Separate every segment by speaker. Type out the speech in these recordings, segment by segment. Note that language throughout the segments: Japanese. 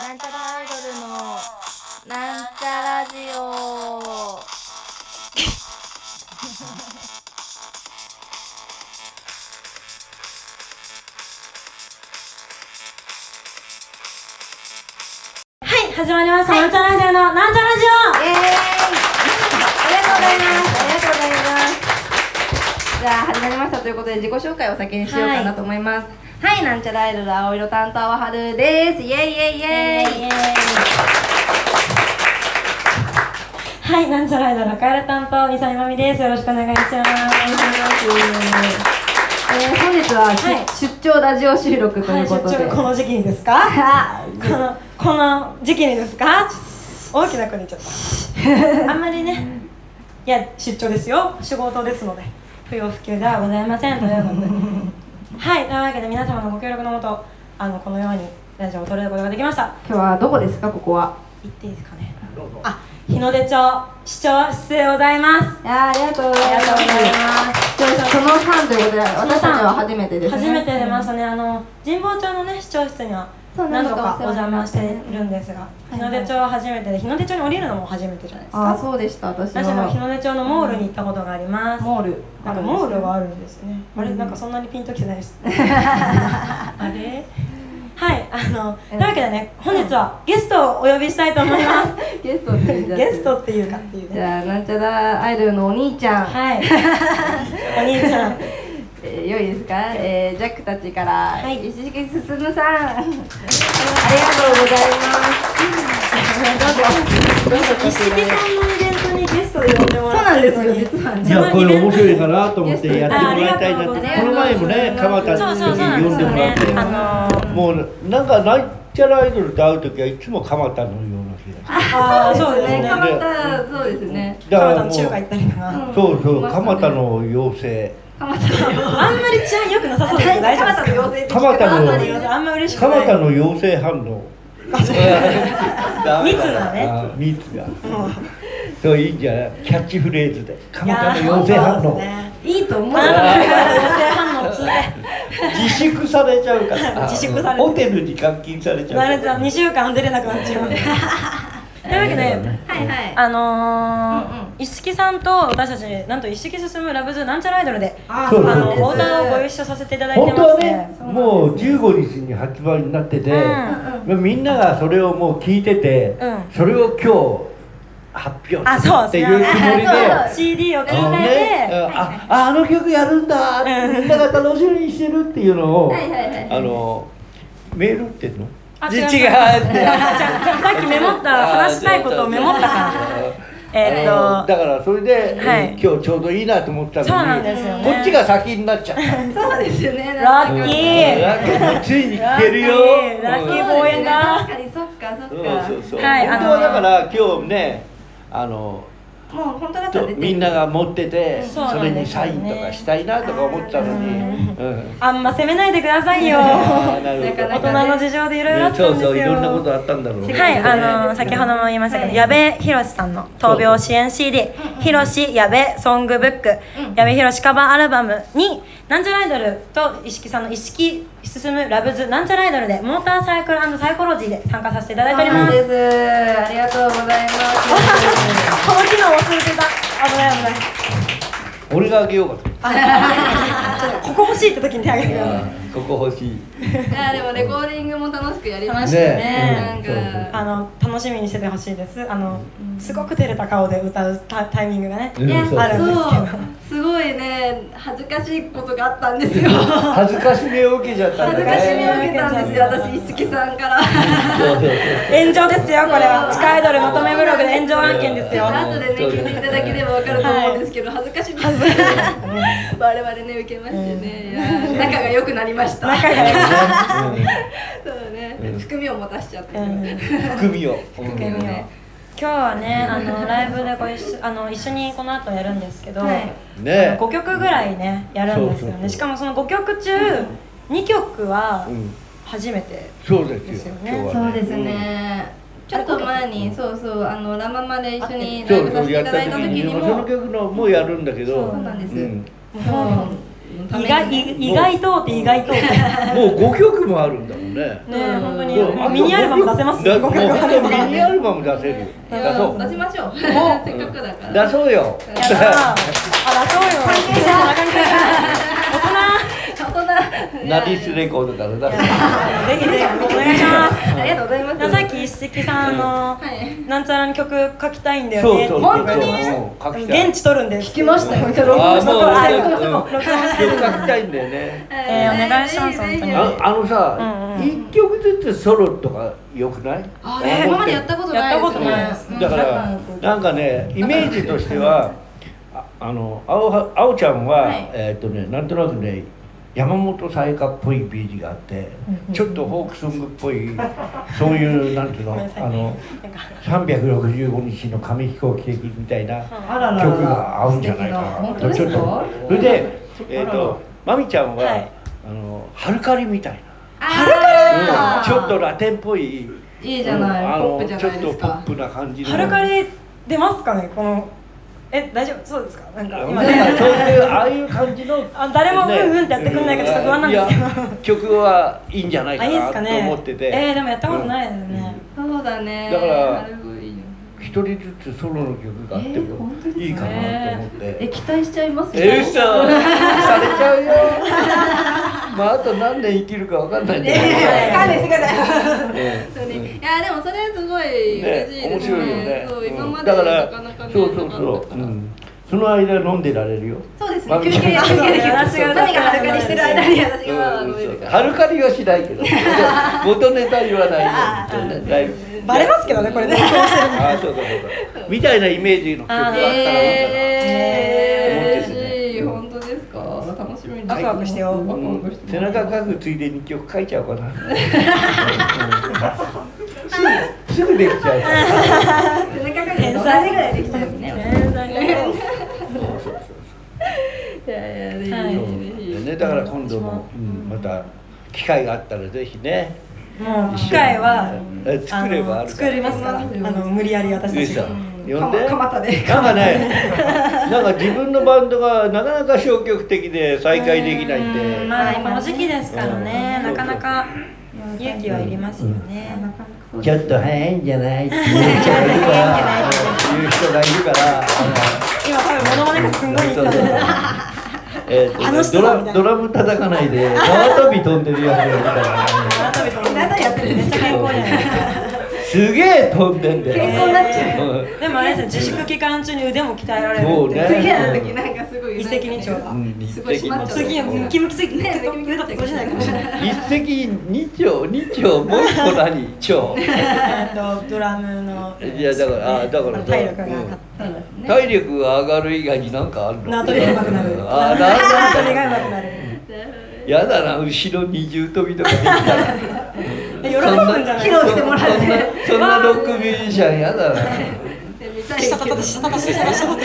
Speaker 1: なんちゃらアイドルのなんちゃラジオ
Speaker 2: はい、始まりました。なんちゃらアイドルのなんちゃラジ
Speaker 1: イエーイありがとうございますありがとうございますじゃあ始まりましたということで自己紹介を先にしようかなと思いますはい、なんちゃらアイドル青色担当ははるですイエイイエイイ
Speaker 2: オ
Speaker 1: エイ
Speaker 2: はい、なんちゃらアイドルのカエル担当、みさみまみです。よろしくお願いします。
Speaker 1: えー、本日は、
Speaker 2: はい
Speaker 1: 出出張ラジオ収録と
Speaker 2: はいい、
Speaker 1: うこと
Speaker 2: 出
Speaker 1: で、
Speaker 2: 張この時期にですか
Speaker 1: あ
Speaker 2: この、この時期にですか大きな国ちゃ った。あんまりね、いや、出張ですよ。仕事ですので。不要不急ではございません。という ことで。はい、というわけで皆様のご協力のもと、あの、このようにラジオを撮れることができました。
Speaker 1: 今日はどこですかここは
Speaker 2: 行っていいですかねあ日の出町視聴室でございます
Speaker 1: あありがとうござい
Speaker 2: ありがとうござい
Speaker 1: ます視聴者その3ということで私たちは初めてですね
Speaker 2: 初めて出ましたねあの神保町のね視聴室には
Speaker 1: そう
Speaker 2: 何度かお
Speaker 1: 何度か
Speaker 2: 邪魔してるんですが
Speaker 1: い
Speaker 2: 日の出町は初めてで日の出町に降りるのも初めてじゃないです
Speaker 1: ああ
Speaker 2: か
Speaker 1: そうでした私
Speaker 2: 私も日
Speaker 1: は
Speaker 2: の出町のモールに行ったことがあります
Speaker 1: モール
Speaker 2: なんかモールがあるんですねあれなんかそんなにピンときてないですあれはいあのというわけでね本日はゲストをお呼びしたいと思います
Speaker 1: ゲストって言っちゃって
Speaker 2: ゲストっていうかっていう
Speaker 1: じ
Speaker 2: ね
Speaker 1: ゃあなんちゃらアイドルのお兄ちゃん、
Speaker 2: はいお兄ちゃん
Speaker 1: えー、良いですか、えー、ジャックたちから、
Speaker 2: い
Speaker 1: 石敷進さんありがとうございます
Speaker 2: どうぞ石木さんのイベントにゲストで呼んでも
Speaker 1: そう
Speaker 2: ら
Speaker 1: な
Speaker 2: っ
Speaker 1: ん
Speaker 2: て
Speaker 1: で
Speaker 2: る
Speaker 1: す
Speaker 2: の
Speaker 1: よ
Speaker 2: に
Speaker 1: 実はね
Speaker 3: いやこれ面白いかなと思ってやってもらいたい な
Speaker 2: ああり
Speaker 3: って
Speaker 2: がとうございます
Speaker 3: この前もね鎌田
Speaker 2: そう
Speaker 3: の
Speaker 2: そうそう
Speaker 3: 時
Speaker 2: なんです
Speaker 3: に呼んで
Speaker 2: よ
Speaker 3: もら
Speaker 2: ね
Speaker 3: ったよ、
Speaker 2: あのー
Speaker 3: もうなんかなんちゃらアイドルと会う時はいつも鎌田のような気が
Speaker 2: ああそうです
Speaker 1: ね
Speaker 2: ね
Speaker 1: かまたそうですね
Speaker 3: する
Speaker 2: だ
Speaker 3: だ
Speaker 2: か
Speaker 3: からら
Speaker 2: の
Speaker 3: もう
Speaker 2: 中華行ったりかな、
Speaker 1: うん
Speaker 3: そうそう
Speaker 1: ましたね
Speaker 3: 鎌田の妖精
Speaker 1: かまたか
Speaker 2: あんまり治安良くなさそうですけど大丈夫
Speaker 1: ま
Speaker 2: で
Speaker 1: た
Speaker 2: す
Speaker 1: の
Speaker 2: か
Speaker 1: 妖精って聞く
Speaker 3: 蒲田
Speaker 1: とあんま
Speaker 3: の
Speaker 1: り
Speaker 3: 妖
Speaker 2: あんま嬉しくない
Speaker 3: 鎌田の妖精反応
Speaker 2: 密なね
Speaker 3: あ密が
Speaker 2: もう
Speaker 3: そういいんじゃないキャッチフレーズで
Speaker 2: い
Speaker 3: 鎌
Speaker 2: や
Speaker 3: 田
Speaker 2: ー
Speaker 3: の妖精反
Speaker 2: そうです
Speaker 3: 応
Speaker 2: ね
Speaker 1: いいと
Speaker 2: あ
Speaker 1: 思う
Speaker 2: なた
Speaker 1: よ
Speaker 2: の妖精反応つって
Speaker 3: 自粛されちゃうから
Speaker 2: 自粛されて
Speaker 3: ホテルに監禁されちゃう
Speaker 2: なれちゃう2週 間出れなくなっちゃうというわけで
Speaker 1: はいはい
Speaker 2: あの
Speaker 1: うんうん
Speaker 2: ー一色さんと私たちなんと一色進むラブズーなんちゃらアイドルで
Speaker 1: あ
Speaker 3: そう
Speaker 2: あ
Speaker 3: そう
Speaker 2: の
Speaker 3: です
Speaker 2: オーダーをご一緒させていただいて
Speaker 3: 本当
Speaker 2: ま
Speaker 3: は
Speaker 2: す
Speaker 3: ね
Speaker 2: ね
Speaker 3: もう15日に発売になってて、みんながそれをもう聞いてて、
Speaker 2: うん
Speaker 3: それを今日発表
Speaker 2: あ
Speaker 3: する
Speaker 2: そう
Speaker 3: っていうつもりで。
Speaker 1: あそう
Speaker 2: CD を聞い
Speaker 3: あの
Speaker 2: た
Speaker 3: ね
Speaker 2: で
Speaker 3: あああの曲やるんだみんなが楽しみにしてるっていうのを
Speaker 1: はいはいはい
Speaker 3: あのメール打ってんの
Speaker 2: あ
Speaker 3: じ
Speaker 2: 違う
Speaker 3: 違うって
Speaker 2: じ ゃあじゃあさっきメモった話したいことをメモったからえ
Speaker 3: あ
Speaker 2: ー
Speaker 3: の
Speaker 2: っと
Speaker 3: だからそれで、
Speaker 2: はい
Speaker 3: 今日ちょうどいいなと思ったのに
Speaker 2: そうなんですよね
Speaker 3: こっちが先になっちゃった
Speaker 1: そうですよね
Speaker 2: ラッ
Speaker 3: うん
Speaker 2: キー
Speaker 3: ラッキーついに聞けるよ
Speaker 2: ラッキーラッキー
Speaker 3: うん
Speaker 2: ボーイだ
Speaker 1: そうですね確かにそっかそっ
Speaker 3: そう
Speaker 1: か
Speaker 3: そうそう、
Speaker 2: はい
Speaker 3: 本当
Speaker 2: あ
Speaker 3: は
Speaker 2: の
Speaker 3: だから今日ねあの
Speaker 1: もう本当だったら
Speaker 3: と
Speaker 1: 出てる
Speaker 3: みんなが持ってて
Speaker 2: そう
Speaker 3: そ
Speaker 2: なん
Speaker 3: れ
Speaker 2: で
Speaker 3: に
Speaker 2: す
Speaker 3: サ
Speaker 2: よね
Speaker 3: インとかしたいなとか思ったのに、うん
Speaker 2: あんま責めないでください よ
Speaker 3: あーなるほど
Speaker 1: なか
Speaker 2: 大
Speaker 1: な
Speaker 2: 人
Speaker 1: か
Speaker 2: の事情でいろいろあっ
Speaker 3: ね
Speaker 2: た
Speaker 3: そ
Speaker 2: ん
Speaker 3: う
Speaker 2: ですよ
Speaker 3: そういろんなことあったんだろうね
Speaker 2: はい、あの
Speaker 3: ね
Speaker 2: 先ほども言いましたけど、
Speaker 1: はい
Speaker 2: 矢部ひろしさんの闘病支援 CD「ひろし矢部ソングブック」矢部ひろしカバーアルバムになんちゃらアイドルと一色さんの一色進むラブズなんちゃらアイドルでモーターサイクルサイコロジーで参加させていただいております
Speaker 1: そうですありがとうございます
Speaker 2: この機能忘れてた危ない危ない
Speaker 3: 俺があげようかと思って
Speaker 2: あちょっとここ欲しいって時に手あげてください
Speaker 3: ここ欲しい
Speaker 1: いやでもレコーディングも楽しくやりましたね
Speaker 3: ねえ
Speaker 1: なんか
Speaker 2: あの楽しみにしててほしいですあのすごく照れた顔で歌うタタイミングがね、
Speaker 3: うん
Speaker 1: いや
Speaker 3: そう
Speaker 2: あるんですけど
Speaker 1: そうすごいね恥ずかしいことがあったんですよ
Speaker 3: 恥ずかしめを受けちゃったん
Speaker 1: 恥
Speaker 3: だ
Speaker 1: ずか
Speaker 3: ね
Speaker 1: しみを受けたんですよ私一色さんからあ
Speaker 3: そうそうそう
Speaker 2: 炎上ですよこれは地下アイドルまとめブログで炎上案件ですよ
Speaker 1: とでね聞いていただければ分かると思うんですけど恥ずかしみです我々ね受けましてねいや仲が良くなりました
Speaker 2: 仲がいい
Speaker 1: そうね
Speaker 3: うん
Speaker 1: 含みを持たしちゃって
Speaker 2: うん
Speaker 1: る
Speaker 3: うん含みを
Speaker 1: 含みを
Speaker 2: 今日はねあのライブでご一緒あの一緒にこの後やるんですけど、
Speaker 1: はい
Speaker 3: ね
Speaker 2: 5曲ぐらいねやるんですよね
Speaker 3: そうそうそう
Speaker 2: しかもその5曲中2曲は
Speaker 3: うん
Speaker 2: 初めて、
Speaker 3: そうですよ
Speaker 2: ですよね
Speaker 3: 今日
Speaker 1: そ
Speaker 3: は
Speaker 1: うですねちょっと前にそうそうあのラ・ママで一緒にラ
Speaker 3: そ
Speaker 1: イ
Speaker 3: う
Speaker 1: ブさせ
Speaker 3: そう
Speaker 1: てい
Speaker 3: やったた
Speaker 1: だい
Speaker 3: 時
Speaker 1: た時
Speaker 3: に
Speaker 1: に
Speaker 3: その
Speaker 1: も
Speaker 3: 曲のもやるんだけど
Speaker 1: そうなんです
Speaker 3: ん
Speaker 1: そうため
Speaker 2: 意
Speaker 1: に
Speaker 2: 外意外とって意外とってね
Speaker 3: もう5曲もあるんだもんね
Speaker 2: 本当
Speaker 1: いや
Speaker 3: もうあと
Speaker 2: にミニアルバム出せます
Speaker 3: だ
Speaker 2: 5曲
Speaker 3: もう
Speaker 2: あれば
Speaker 3: ミニアルバム出せるよ
Speaker 1: い
Speaker 3: 出
Speaker 1: や
Speaker 3: そう
Speaker 1: 出しましょうせっかくだから
Speaker 3: 出そうよ
Speaker 2: やったーあ出そうよ
Speaker 1: ちょっとな
Speaker 3: ナディスレコードから出そう
Speaker 2: 大人ぜひぜひお願いします
Speaker 1: ありがとうございます
Speaker 2: さっき一石さんあの
Speaker 1: はい
Speaker 2: なんちゃらの曲書きたいんだよ
Speaker 3: そう
Speaker 2: ね
Speaker 3: そう
Speaker 1: 本当に
Speaker 3: 書きたい
Speaker 2: 現地撮るんで
Speaker 1: 聞きましたよ録
Speaker 3: あ
Speaker 1: 音
Speaker 3: ー
Speaker 1: した
Speaker 3: も
Speaker 1: か
Speaker 3: う
Speaker 1: ら
Speaker 2: あ
Speaker 1: はい
Speaker 2: 録音した
Speaker 3: うん
Speaker 2: 録音した
Speaker 3: 曲書きたいんだよね
Speaker 2: えーお願いします
Speaker 1: ぜひぜひ
Speaker 2: 本当に
Speaker 3: ああの
Speaker 2: うん
Speaker 3: さ
Speaker 2: うん
Speaker 3: 一曲ずつソロとかよくない
Speaker 1: あー今までやったことないですね
Speaker 2: やったこと
Speaker 1: うん
Speaker 3: だからなんかねイメージとしてはああの青は青ちゃんは、
Speaker 1: はい
Speaker 3: えーっとねなんとなくね山本彩花っぽいイメージがあって、ちょっとフォークソングっぽいそ ういうなんていうの
Speaker 2: ごめんなさい
Speaker 3: あの
Speaker 2: なんか
Speaker 3: 365日の紙飛行機みたいな
Speaker 4: あららら
Speaker 3: 曲が合うんじゃないかな
Speaker 1: 本当ですか
Speaker 3: ちょっとそれでえーっ
Speaker 4: あらら
Speaker 3: とまみちゃんは、
Speaker 2: はい
Speaker 3: あのハルカリみたいな、
Speaker 1: あるから
Speaker 3: ちょっとラテンっぽい
Speaker 1: いいじゃない、
Speaker 3: うんあの
Speaker 1: ポップじゃない
Speaker 3: ちょ
Speaker 1: で
Speaker 3: っ
Speaker 1: す
Speaker 3: とポッ
Speaker 1: か
Speaker 3: プな感じの
Speaker 2: ハルカリ出ますかねこのえ大丈夫そうですかなんか今
Speaker 3: だからそういうああいう感じの
Speaker 2: あ誰もうんうんってやってくんないからちょっと不安なんですけど
Speaker 3: いや曲はいいんじゃない
Speaker 2: あいいです
Speaker 3: か
Speaker 2: か
Speaker 3: な
Speaker 2: ね
Speaker 3: と思ってて
Speaker 2: えーでもやったことないですね
Speaker 1: そうだね
Speaker 3: だから
Speaker 1: あれもいいよ
Speaker 3: 一人ずつソロの曲があって
Speaker 1: えー
Speaker 3: も
Speaker 1: 本当ですね
Speaker 3: いいかなと思って、
Speaker 1: え期待しちゃいますよ
Speaker 3: えー、うっさんされちゃうよ まああと何年生きるかわかんないんだけど、
Speaker 4: えー勘弁してください
Speaker 3: え
Speaker 1: そうねい
Speaker 3: ー
Speaker 1: やでもそれすごい嬉しい
Speaker 3: ね、面
Speaker 1: ですね
Speaker 3: 白いよね。
Speaker 1: そう
Speaker 3: うん
Speaker 1: 今まで
Speaker 3: だ
Speaker 1: な
Speaker 3: から
Speaker 1: かなかね
Speaker 3: そうそう
Speaker 1: なかっ
Speaker 3: そ
Speaker 1: た
Speaker 3: う、
Speaker 1: か
Speaker 3: う
Speaker 1: ら
Speaker 3: ん、その間飲んでられるよ。
Speaker 1: そうです
Speaker 3: ま
Speaker 1: ね
Speaker 3: あ
Speaker 1: 休憩休憩
Speaker 3: そう
Speaker 2: そう
Speaker 1: できます
Speaker 2: そう
Speaker 1: よ何が裸にしてる間に私が飲めるから
Speaker 3: ハルカリはしないけど、元ネタ言わないようにねライブ。
Speaker 2: バレますけどねこれね
Speaker 3: ああ、そうだそうだ。みたいなイメージの曲があったらいいかな。
Speaker 1: え
Speaker 3: 思ってて
Speaker 1: ー嬉しい本当ですか楽しみに
Speaker 2: ワクワクしてよ
Speaker 1: ワクワク
Speaker 3: う
Speaker 1: し
Speaker 3: ん
Speaker 1: て
Speaker 3: 背中書くついでに曲書いちゃおうかな。すぐすぐできちゃうから。
Speaker 1: 背中がね5歳ぐらいできちゃうね
Speaker 3: そうそうそう
Speaker 1: いやいやぜひ
Speaker 2: はい
Speaker 1: ぜひぜひ
Speaker 3: ね、だから今度も、うん、また機会があったらぜひね
Speaker 2: もう機会は
Speaker 3: え作ればあ
Speaker 2: あの
Speaker 3: る
Speaker 2: 作りますからあの無理やり私
Speaker 3: ゆ
Speaker 2: た
Speaker 3: い
Speaker 2: ち
Speaker 3: さ
Speaker 2: が
Speaker 3: ん
Speaker 1: うん
Speaker 3: 呼んで
Speaker 1: かま蒲田で
Speaker 3: なん かねなんか自分のバンドがなかなか消極的で再開できないん
Speaker 2: う
Speaker 3: で
Speaker 2: んまあこの時期ですからね
Speaker 3: う
Speaker 2: なんかなか勇気はいりますよね
Speaker 3: ちょっと早いんじゃないっていう人がいる からいう人がいるから
Speaker 2: 今多分モノマネがすんごいいいと思う
Speaker 3: えーと
Speaker 2: あの人
Speaker 3: ド
Speaker 2: だみたい
Speaker 3: ラ
Speaker 2: な
Speaker 3: ドラム叩かないで縄跳び飛んでるやつがいるからね
Speaker 2: 改めて思いましためっちゃ健康じゃないですか
Speaker 3: すげえ飛んでんだよ
Speaker 1: 健康になっちゃ
Speaker 3: うん
Speaker 2: でもあれですよ自粛期間中に腕も鍛えられる
Speaker 3: そう
Speaker 2: って
Speaker 3: ね
Speaker 1: 次会う時なんかすごい
Speaker 2: 一石二鳥だ
Speaker 3: うん
Speaker 1: すごい閉まっちゃう
Speaker 2: 次はムキムキすぎてね腕とか閉じないかもしれない
Speaker 3: 一石二鳥二鳥もう一個何鳥
Speaker 2: えーとドラムの
Speaker 3: いやだからあだから
Speaker 2: 体力が上がっ
Speaker 1: そうですね
Speaker 3: 体力が上がる以外に何かあるの
Speaker 2: 縄跳びが上手くなる
Speaker 3: あー
Speaker 2: 縄
Speaker 3: 縄跳
Speaker 2: 跳
Speaker 3: び
Speaker 2: びが
Speaker 3: が
Speaker 2: 上手くなる
Speaker 3: やだな後ろ二重跳びとかできたら
Speaker 2: 喜ぶんじゃない
Speaker 3: そ
Speaker 2: です
Speaker 3: ん
Speaker 2: か
Speaker 3: なそんなそんなロックミュージシャンやだ な
Speaker 1: で見たいけ
Speaker 2: 下
Speaker 1: ど
Speaker 2: たたた下たた下たた下たた
Speaker 1: めっ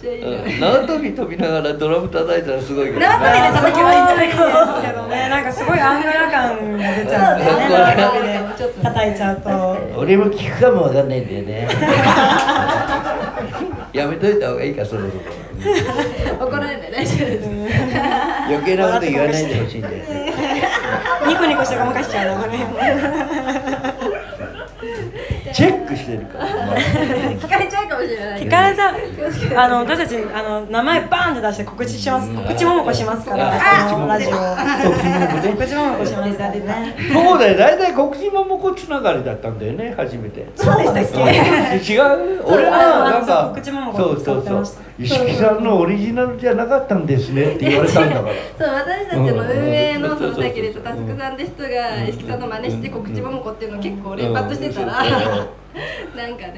Speaker 1: ちゃいいな
Speaker 3: うん縄跳び跳びながらドラム叩いたらすごいけど
Speaker 1: 縄跳びで叩き
Speaker 2: は
Speaker 1: はいい
Speaker 2: た
Speaker 1: た
Speaker 2: だ
Speaker 1: だ
Speaker 2: き
Speaker 1: き
Speaker 2: ま
Speaker 1: ます
Speaker 2: けどね、 なんかすごいアングラ感が出ちゃうん ですよね、縄跳びで叩いちゃうと。
Speaker 3: 俺も聞くかもわかんないんだよ ねやめといた方がいいかそろそろ
Speaker 1: 怒られない大丈夫です
Speaker 3: 余計なこと言わないでほしいんだよね
Speaker 2: ニコニコしてごまかしちゃうのね。
Speaker 3: チェックしてるから、
Speaker 1: 聞かれちゃうかもしれない
Speaker 2: ひかれさん、あの私たちあの名前バーンって出して告知します、告知ももこしますから、このラジオ。
Speaker 3: 告知ももね
Speaker 2: 告知ももこしますからね。
Speaker 3: そうだよ大体告知ももこつながりだったんだよね初めて
Speaker 2: そうでしたっけ？
Speaker 3: 違う俺はなん
Speaker 2: あの
Speaker 3: か
Speaker 2: 告知ももこ
Speaker 3: そうそ
Speaker 2: 使っ
Speaker 3: う
Speaker 2: て
Speaker 3: そ
Speaker 2: ま
Speaker 3: う
Speaker 2: した
Speaker 3: 石木さんのオリジナルじゃなかったんですねって言われたんだから
Speaker 1: そう私たちの運営
Speaker 3: う
Speaker 1: の
Speaker 3: ん
Speaker 1: そのだけでタスクさんって人が石木さんの真似して告知ももこっていうのを結構連発してたらなんか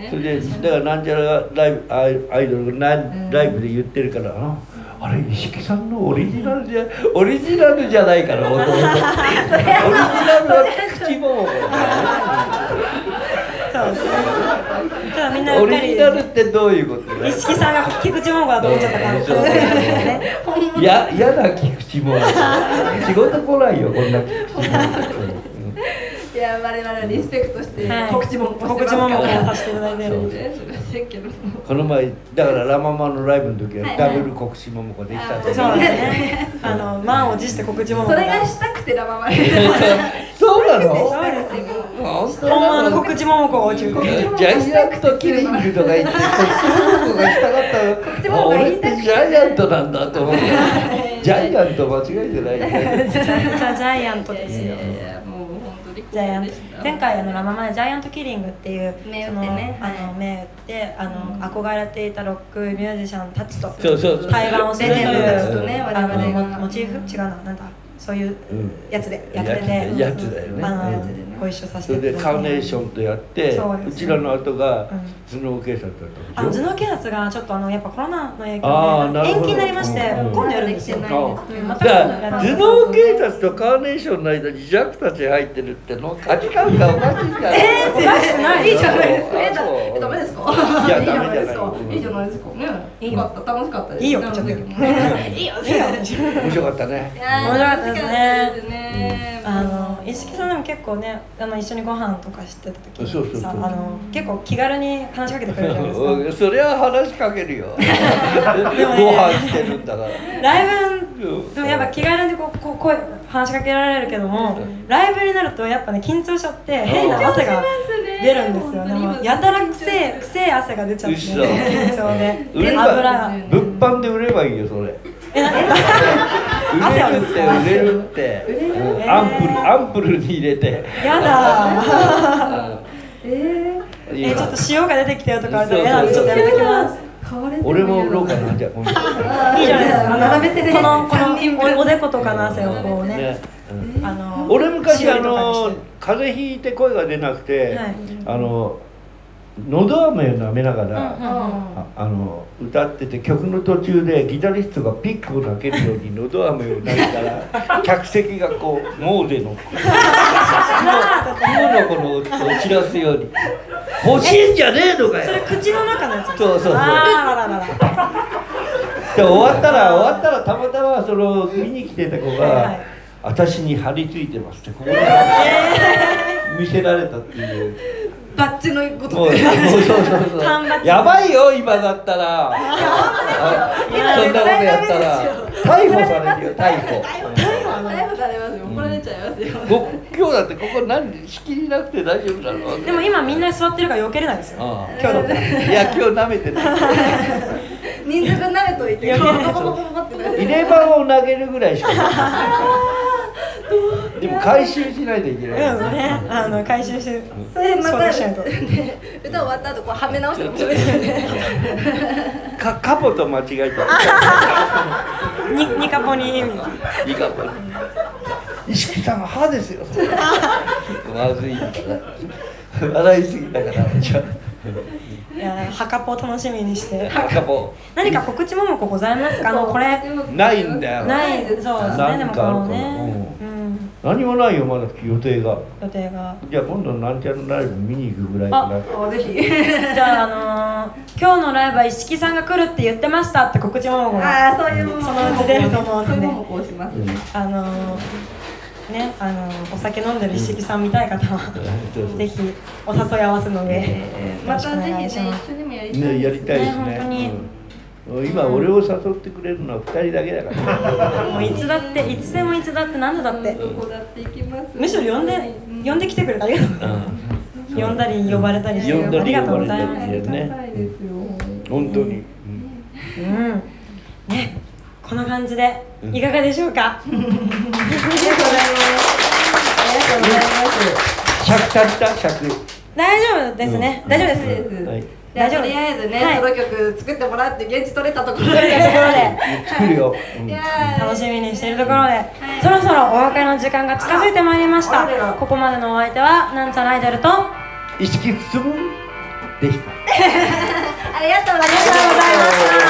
Speaker 3: それ
Speaker 1: ね
Speaker 3: でだからなんちゃらライブアイアイドルがなライブで言ってるからああれ石木さんのオリジナルじゃオリジナルじゃないか らもともとオリジナルは口もも こ だから
Speaker 2: そう
Speaker 3: ね
Speaker 2: ですね。ただみんなう
Speaker 3: オ
Speaker 2: っか
Speaker 3: リ
Speaker 2: り
Speaker 3: ジナルってどういうことだ
Speaker 2: 意識さんが菊池桃子だと思っちゃったから。ね
Speaker 3: いや嫌な菊池も仕事来ないよこんな菊池も
Speaker 1: いや我々リスペクトして
Speaker 2: はい
Speaker 1: 告知もしてます
Speaker 2: 告知ももう
Speaker 1: から
Speaker 2: させていただいて
Speaker 1: そうねすいませんけども
Speaker 3: この前だからラ・ママのライブの時
Speaker 1: は
Speaker 3: はいダブル告知ももこできたと
Speaker 2: そう
Speaker 3: 思う
Speaker 2: だね あの満を持して告知も
Speaker 1: それがしたくてラママレー
Speaker 3: そうな
Speaker 1: でし
Speaker 3: の
Speaker 1: たくてもう
Speaker 2: 本物の告知ももこを中継
Speaker 3: ジャイアントキリングとか言って、こっちの方がしたかったの。あ俺ってジャイアントなんだと思って。ジャイアント間違えてないよね。
Speaker 2: めちゃめちゃジャイアント
Speaker 1: いや
Speaker 2: で
Speaker 1: い
Speaker 2: すよ
Speaker 1: やいやもう本当に
Speaker 2: ジャイア
Speaker 1: 光栄で
Speaker 2: ント
Speaker 1: した
Speaker 2: 前回あのラ・ママでジャイアントキリングっていう
Speaker 1: 銘
Speaker 2: そ
Speaker 1: 打って
Speaker 2: の
Speaker 1: ねはい
Speaker 2: あの銘打ってあの、
Speaker 1: うん
Speaker 2: 憧れていたロックミュージシャンたちと
Speaker 3: そうそうそう
Speaker 2: 対バンをする
Speaker 3: レジェンドたちと
Speaker 1: ね
Speaker 2: あの
Speaker 1: 我々が
Speaker 2: モチーフ違うななんだそういう
Speaker 3: うん
Speaker 2: やつで
Speaker 3: や
Speaker 2: や
Speaker 3: つ
Speaker 2: ってて、
Speaker 3: やつだよね
Speaker 2: あの、
Speaker 1: うん
Speaker 2: ご一緒させ
Speaker 3: そ
Speaker 2: て
Speaker 3: れ
Speaker 2: いただいて
Speaker 3: でカーネーションとやって、
Speaker 2: そうですね
Speaker 3: うちらの後が
Speaker 2: うん
Speaker 3: 頭脳警察だった
Speaker 2: あの頭
Speaker 3: んでしょ。
Speaker 2: 脳警察がちょっとあのやっぱコロナの影
Speaker 3: あ
Speaker 2: 響
Speaker 3: ーな
Speaker 2: で
Speaker 3: るほ
Speaker 2: 延
Speaker 3: ど
Speaker 2: 期になりまして、
Speaker 3: うん
Speaker 2: 今度やるんですよ、
Speaker 1: うん
Speaker 2: うんま
Speaker 3: じ
Speaker 2: た今度
Speaker 3: ゃ
Speaker 2: や
Speaker 3: あ
Speaker 2: るんです
Speaker 3: 頭脳警察とカーネーションの間にジャックたち入ってるっての価値観がおかしいじゃん。え
Speaker 2: おかしくない
Speaker 1: いいじゃないですか。え、だえダメですか。
Speaker 3: いや
Speaker 1: いじゃない
Speaker 3: ダメじゃない
Speaker 1: ですか。いいじゃないですか。ね。
Speaker 2: いい
Speaker 1: よ
Speaker 2: よ
Speaker 1: かった、楽しかったです。
Speaker 2: いいよ
Speaker 1: あの時も いいよ。
Speaker 2: いいよ
Speaker 3: 面白か
Speaker 1: い
Speaker 3: ったね。
Speaker 1: やー
Speaker 2: 面白かったですね
Speaker 1: 楽しかったですね
Speaker 2: あの石木さんでも結構ねあの一緒にご飯とかしてた時にさ
Speaker 3: そうそうそう
Speaker 2: あの結構気軽に話しかけてくれるじゃないですか
Speaker 3: そりゃ話しかけるよご飯してるんだから
Speaker 2: ライブでもやっぱ気軽にこうこう声話しかけられるけどもライブになるとやっぱね緊張しちゃって変な汗が出るんですよねもうやたらくせえくせえ汗が出ちゃ って、ね、
Speaker 3: 嘘
Speaker 2: 緊張
Speaker 3: 売
Speaker 2: で
Speaker 3: れば
Speaker 2: 油が
Speaker 3: 物販で売ればいいよそれ
Speaker 2: えな
Speaker 3: 売れるって売れるってうんアンプルアンプルに入れて
Speaker 2: やだ
Speaker 1: え
Speaker 3: いい
Speaker 2: え
Speaker 3: よ
Speaker 2: ちょっと塩が出てきたよとかあると嫌なんでちょっとやめときます
Speaker 1: ー、買われてる
Speaker 3: 俺も売ろうかなじゃあ今
Speaker 2: いいじゃないですか
Speaker 1: 並べてね。
Speaker 2: このこ
Speaker 1: 三人分
Speaker 2: のおおでことかの汗をこう
Speaker 3: 度
Speaker 2: ね
Speaker 3: ねうん
Speaker 2: あの
Speaker 3: 俺昔あ
Speaker 2: 塩とかにし
Speaker 3: の
Speaker 2: て
Speaker 3: 風邪ひいて声が出なくて
Speaker 2: はい
Speaker 3: あの喉飴を舐めながら、
Speaker 2: うんうん
Speaker 3: ああの歌ってて曲の途中でギタリストがピックを投げるようにのど飴を投げたら客席がこうモーデのこう雲の子の音を散らすように「欲しいんじゃねえのか
Speaker 2: それ
Speaker 3: よ!
Speaker 2: 口の中のやつです
Speaker 3: そうそうそう
Speaker 2: あーあらららら」
Speaker 3: で終わったら終わったらたまたまその見に来てた子が「
Speaker 2: はいはい
Speaker 3: 私に張り付いてます」ってここで見せられたっていう。
Speaker 1: バッチのこと
Speaker 3: も うそうそうそうそう
Speaker 2: 缶バッジ
Speaker 3: やばいよ今だったらあそんなことやったら逮捕されるよ逮捕
Speaker 1: 逮捕されますよ。怒られちゃいますよ。
Speaker 3: こ今日だってここ何で仕切りなくて大丈夫なの
Speaker 2: でも今みんな座ってるから避けれないですよ
Speaker 3: ああ今日だっていや今日舐めてない
Speaker 1: 人数分慣れといて、ボコボコボコボコってなる。
Speaker 3: 入れ歯を投げるぐらいしか ないでも回収しないといけ
Speaker 2: うん
Speaker 3: ない、
Speaker 2: ねあの回収して
Speaker 1: それま
Speaker 2: 消
Speaker 1: た
Speaker 2: 毒しないと
Speaker 1: ね歌終わった後こうはめ直してもらですよね。
Speaker 3: かカポと間違え た
Speaker 2: にニカポに
Speaker 3: いいかも。石木さんは歯ですよ。それまずいから。笑いすぎたから。じゃ
Speaker 2: いやハカポを楽しみにして
Speaker 3: あ、かも
Speaker 2: 何か告知ももこござい ますかあのこれ
Speaker 3: うないんだよ。
Speaker 2: ないそうですねでもこのねうん
Speaker 3: 何もないよまだ予定が。
Speaker 2: 予定が
Speaker 3: じゃあ今度なんちゃらライブ見に行くぐらいかな。
Speaker 1: あぜ ひ。
Speaker 2: じゃああのー今日のライブは石木さんが来るって言ってましたって告知ももこ
Speaker 1: あ
Speaker 2: が
Speaker 1: あ、そういうもん。
Speaker 2: そのうち出ると思うん
Speaker 1: そ
Speaker 2: で
Speaker 1: ういうもんもこうします。
Speaker 3: うん
Speaker 2: あのーねあのーお酒飲んでる石木さん見たい方はぜひお誘い合わせの上
Speaker 1: えーまたぜひね、一緒にもやりたい。
Speaker 3: ねやりたいで
Speaker 2: ね本
Speaker 3: す
Speaker 2: 当
Speaker 3: ね
Speaker 2: に。
Speaker 3: うん今俺を誘ってくれるのは二人だけだから。
Speaker 2: もういつだっていつでもいつだって何度だって
Speaker 1: どこだって行きます。
Speaker 2: むしろ呼んで
Speaker 1: うん
Speaker 2: 呼んできてくれてありがとう
Speaker 3: うん
Speaker 2: 呼んだり呼ばれたりして
Speaker 3: 呼んだ
Speaker 2: あ
Speaker 3: り
Speaker 2: りがとうござい
Speaker 3: 呼ば
Speaker 2: ま
Speaker 3: れ
Speaker 2: す
Speaker 3: たり
Speaker 1: ありがたいですよ。
Speaker 3: 本当に。うん
Speaker 2: うんねこんな感じでいかがでしょうか、ありがとうございます
Speaker 3: 尺足りた尺。
Speaker 2: 大丈夫ですね、
Speaker 3: うん
Speaker 2: 大丈夫です、
Speaker 1: うん
Speaker 3: はい。
Speaker 1: じゃあとりあえずね、
Speaker 2: はい
Speaker 1: ソロ曲作ってもらって現地取れたと ころで。
Speaker 2: というところで
Speaker 3: 作るよ。うん
Speaker 1: いやー
Speaker 2: 楽しみにしているところで、そろそろお別れの時間が近づいてまいりました
Speaker 1: あら
Speaker 2: ここまでのお相手はなんちゃらアイドルとあ
Speaker 3: 意識するでした。
Speaker 1: ありがとうございま
Speaker 2: りがとうございました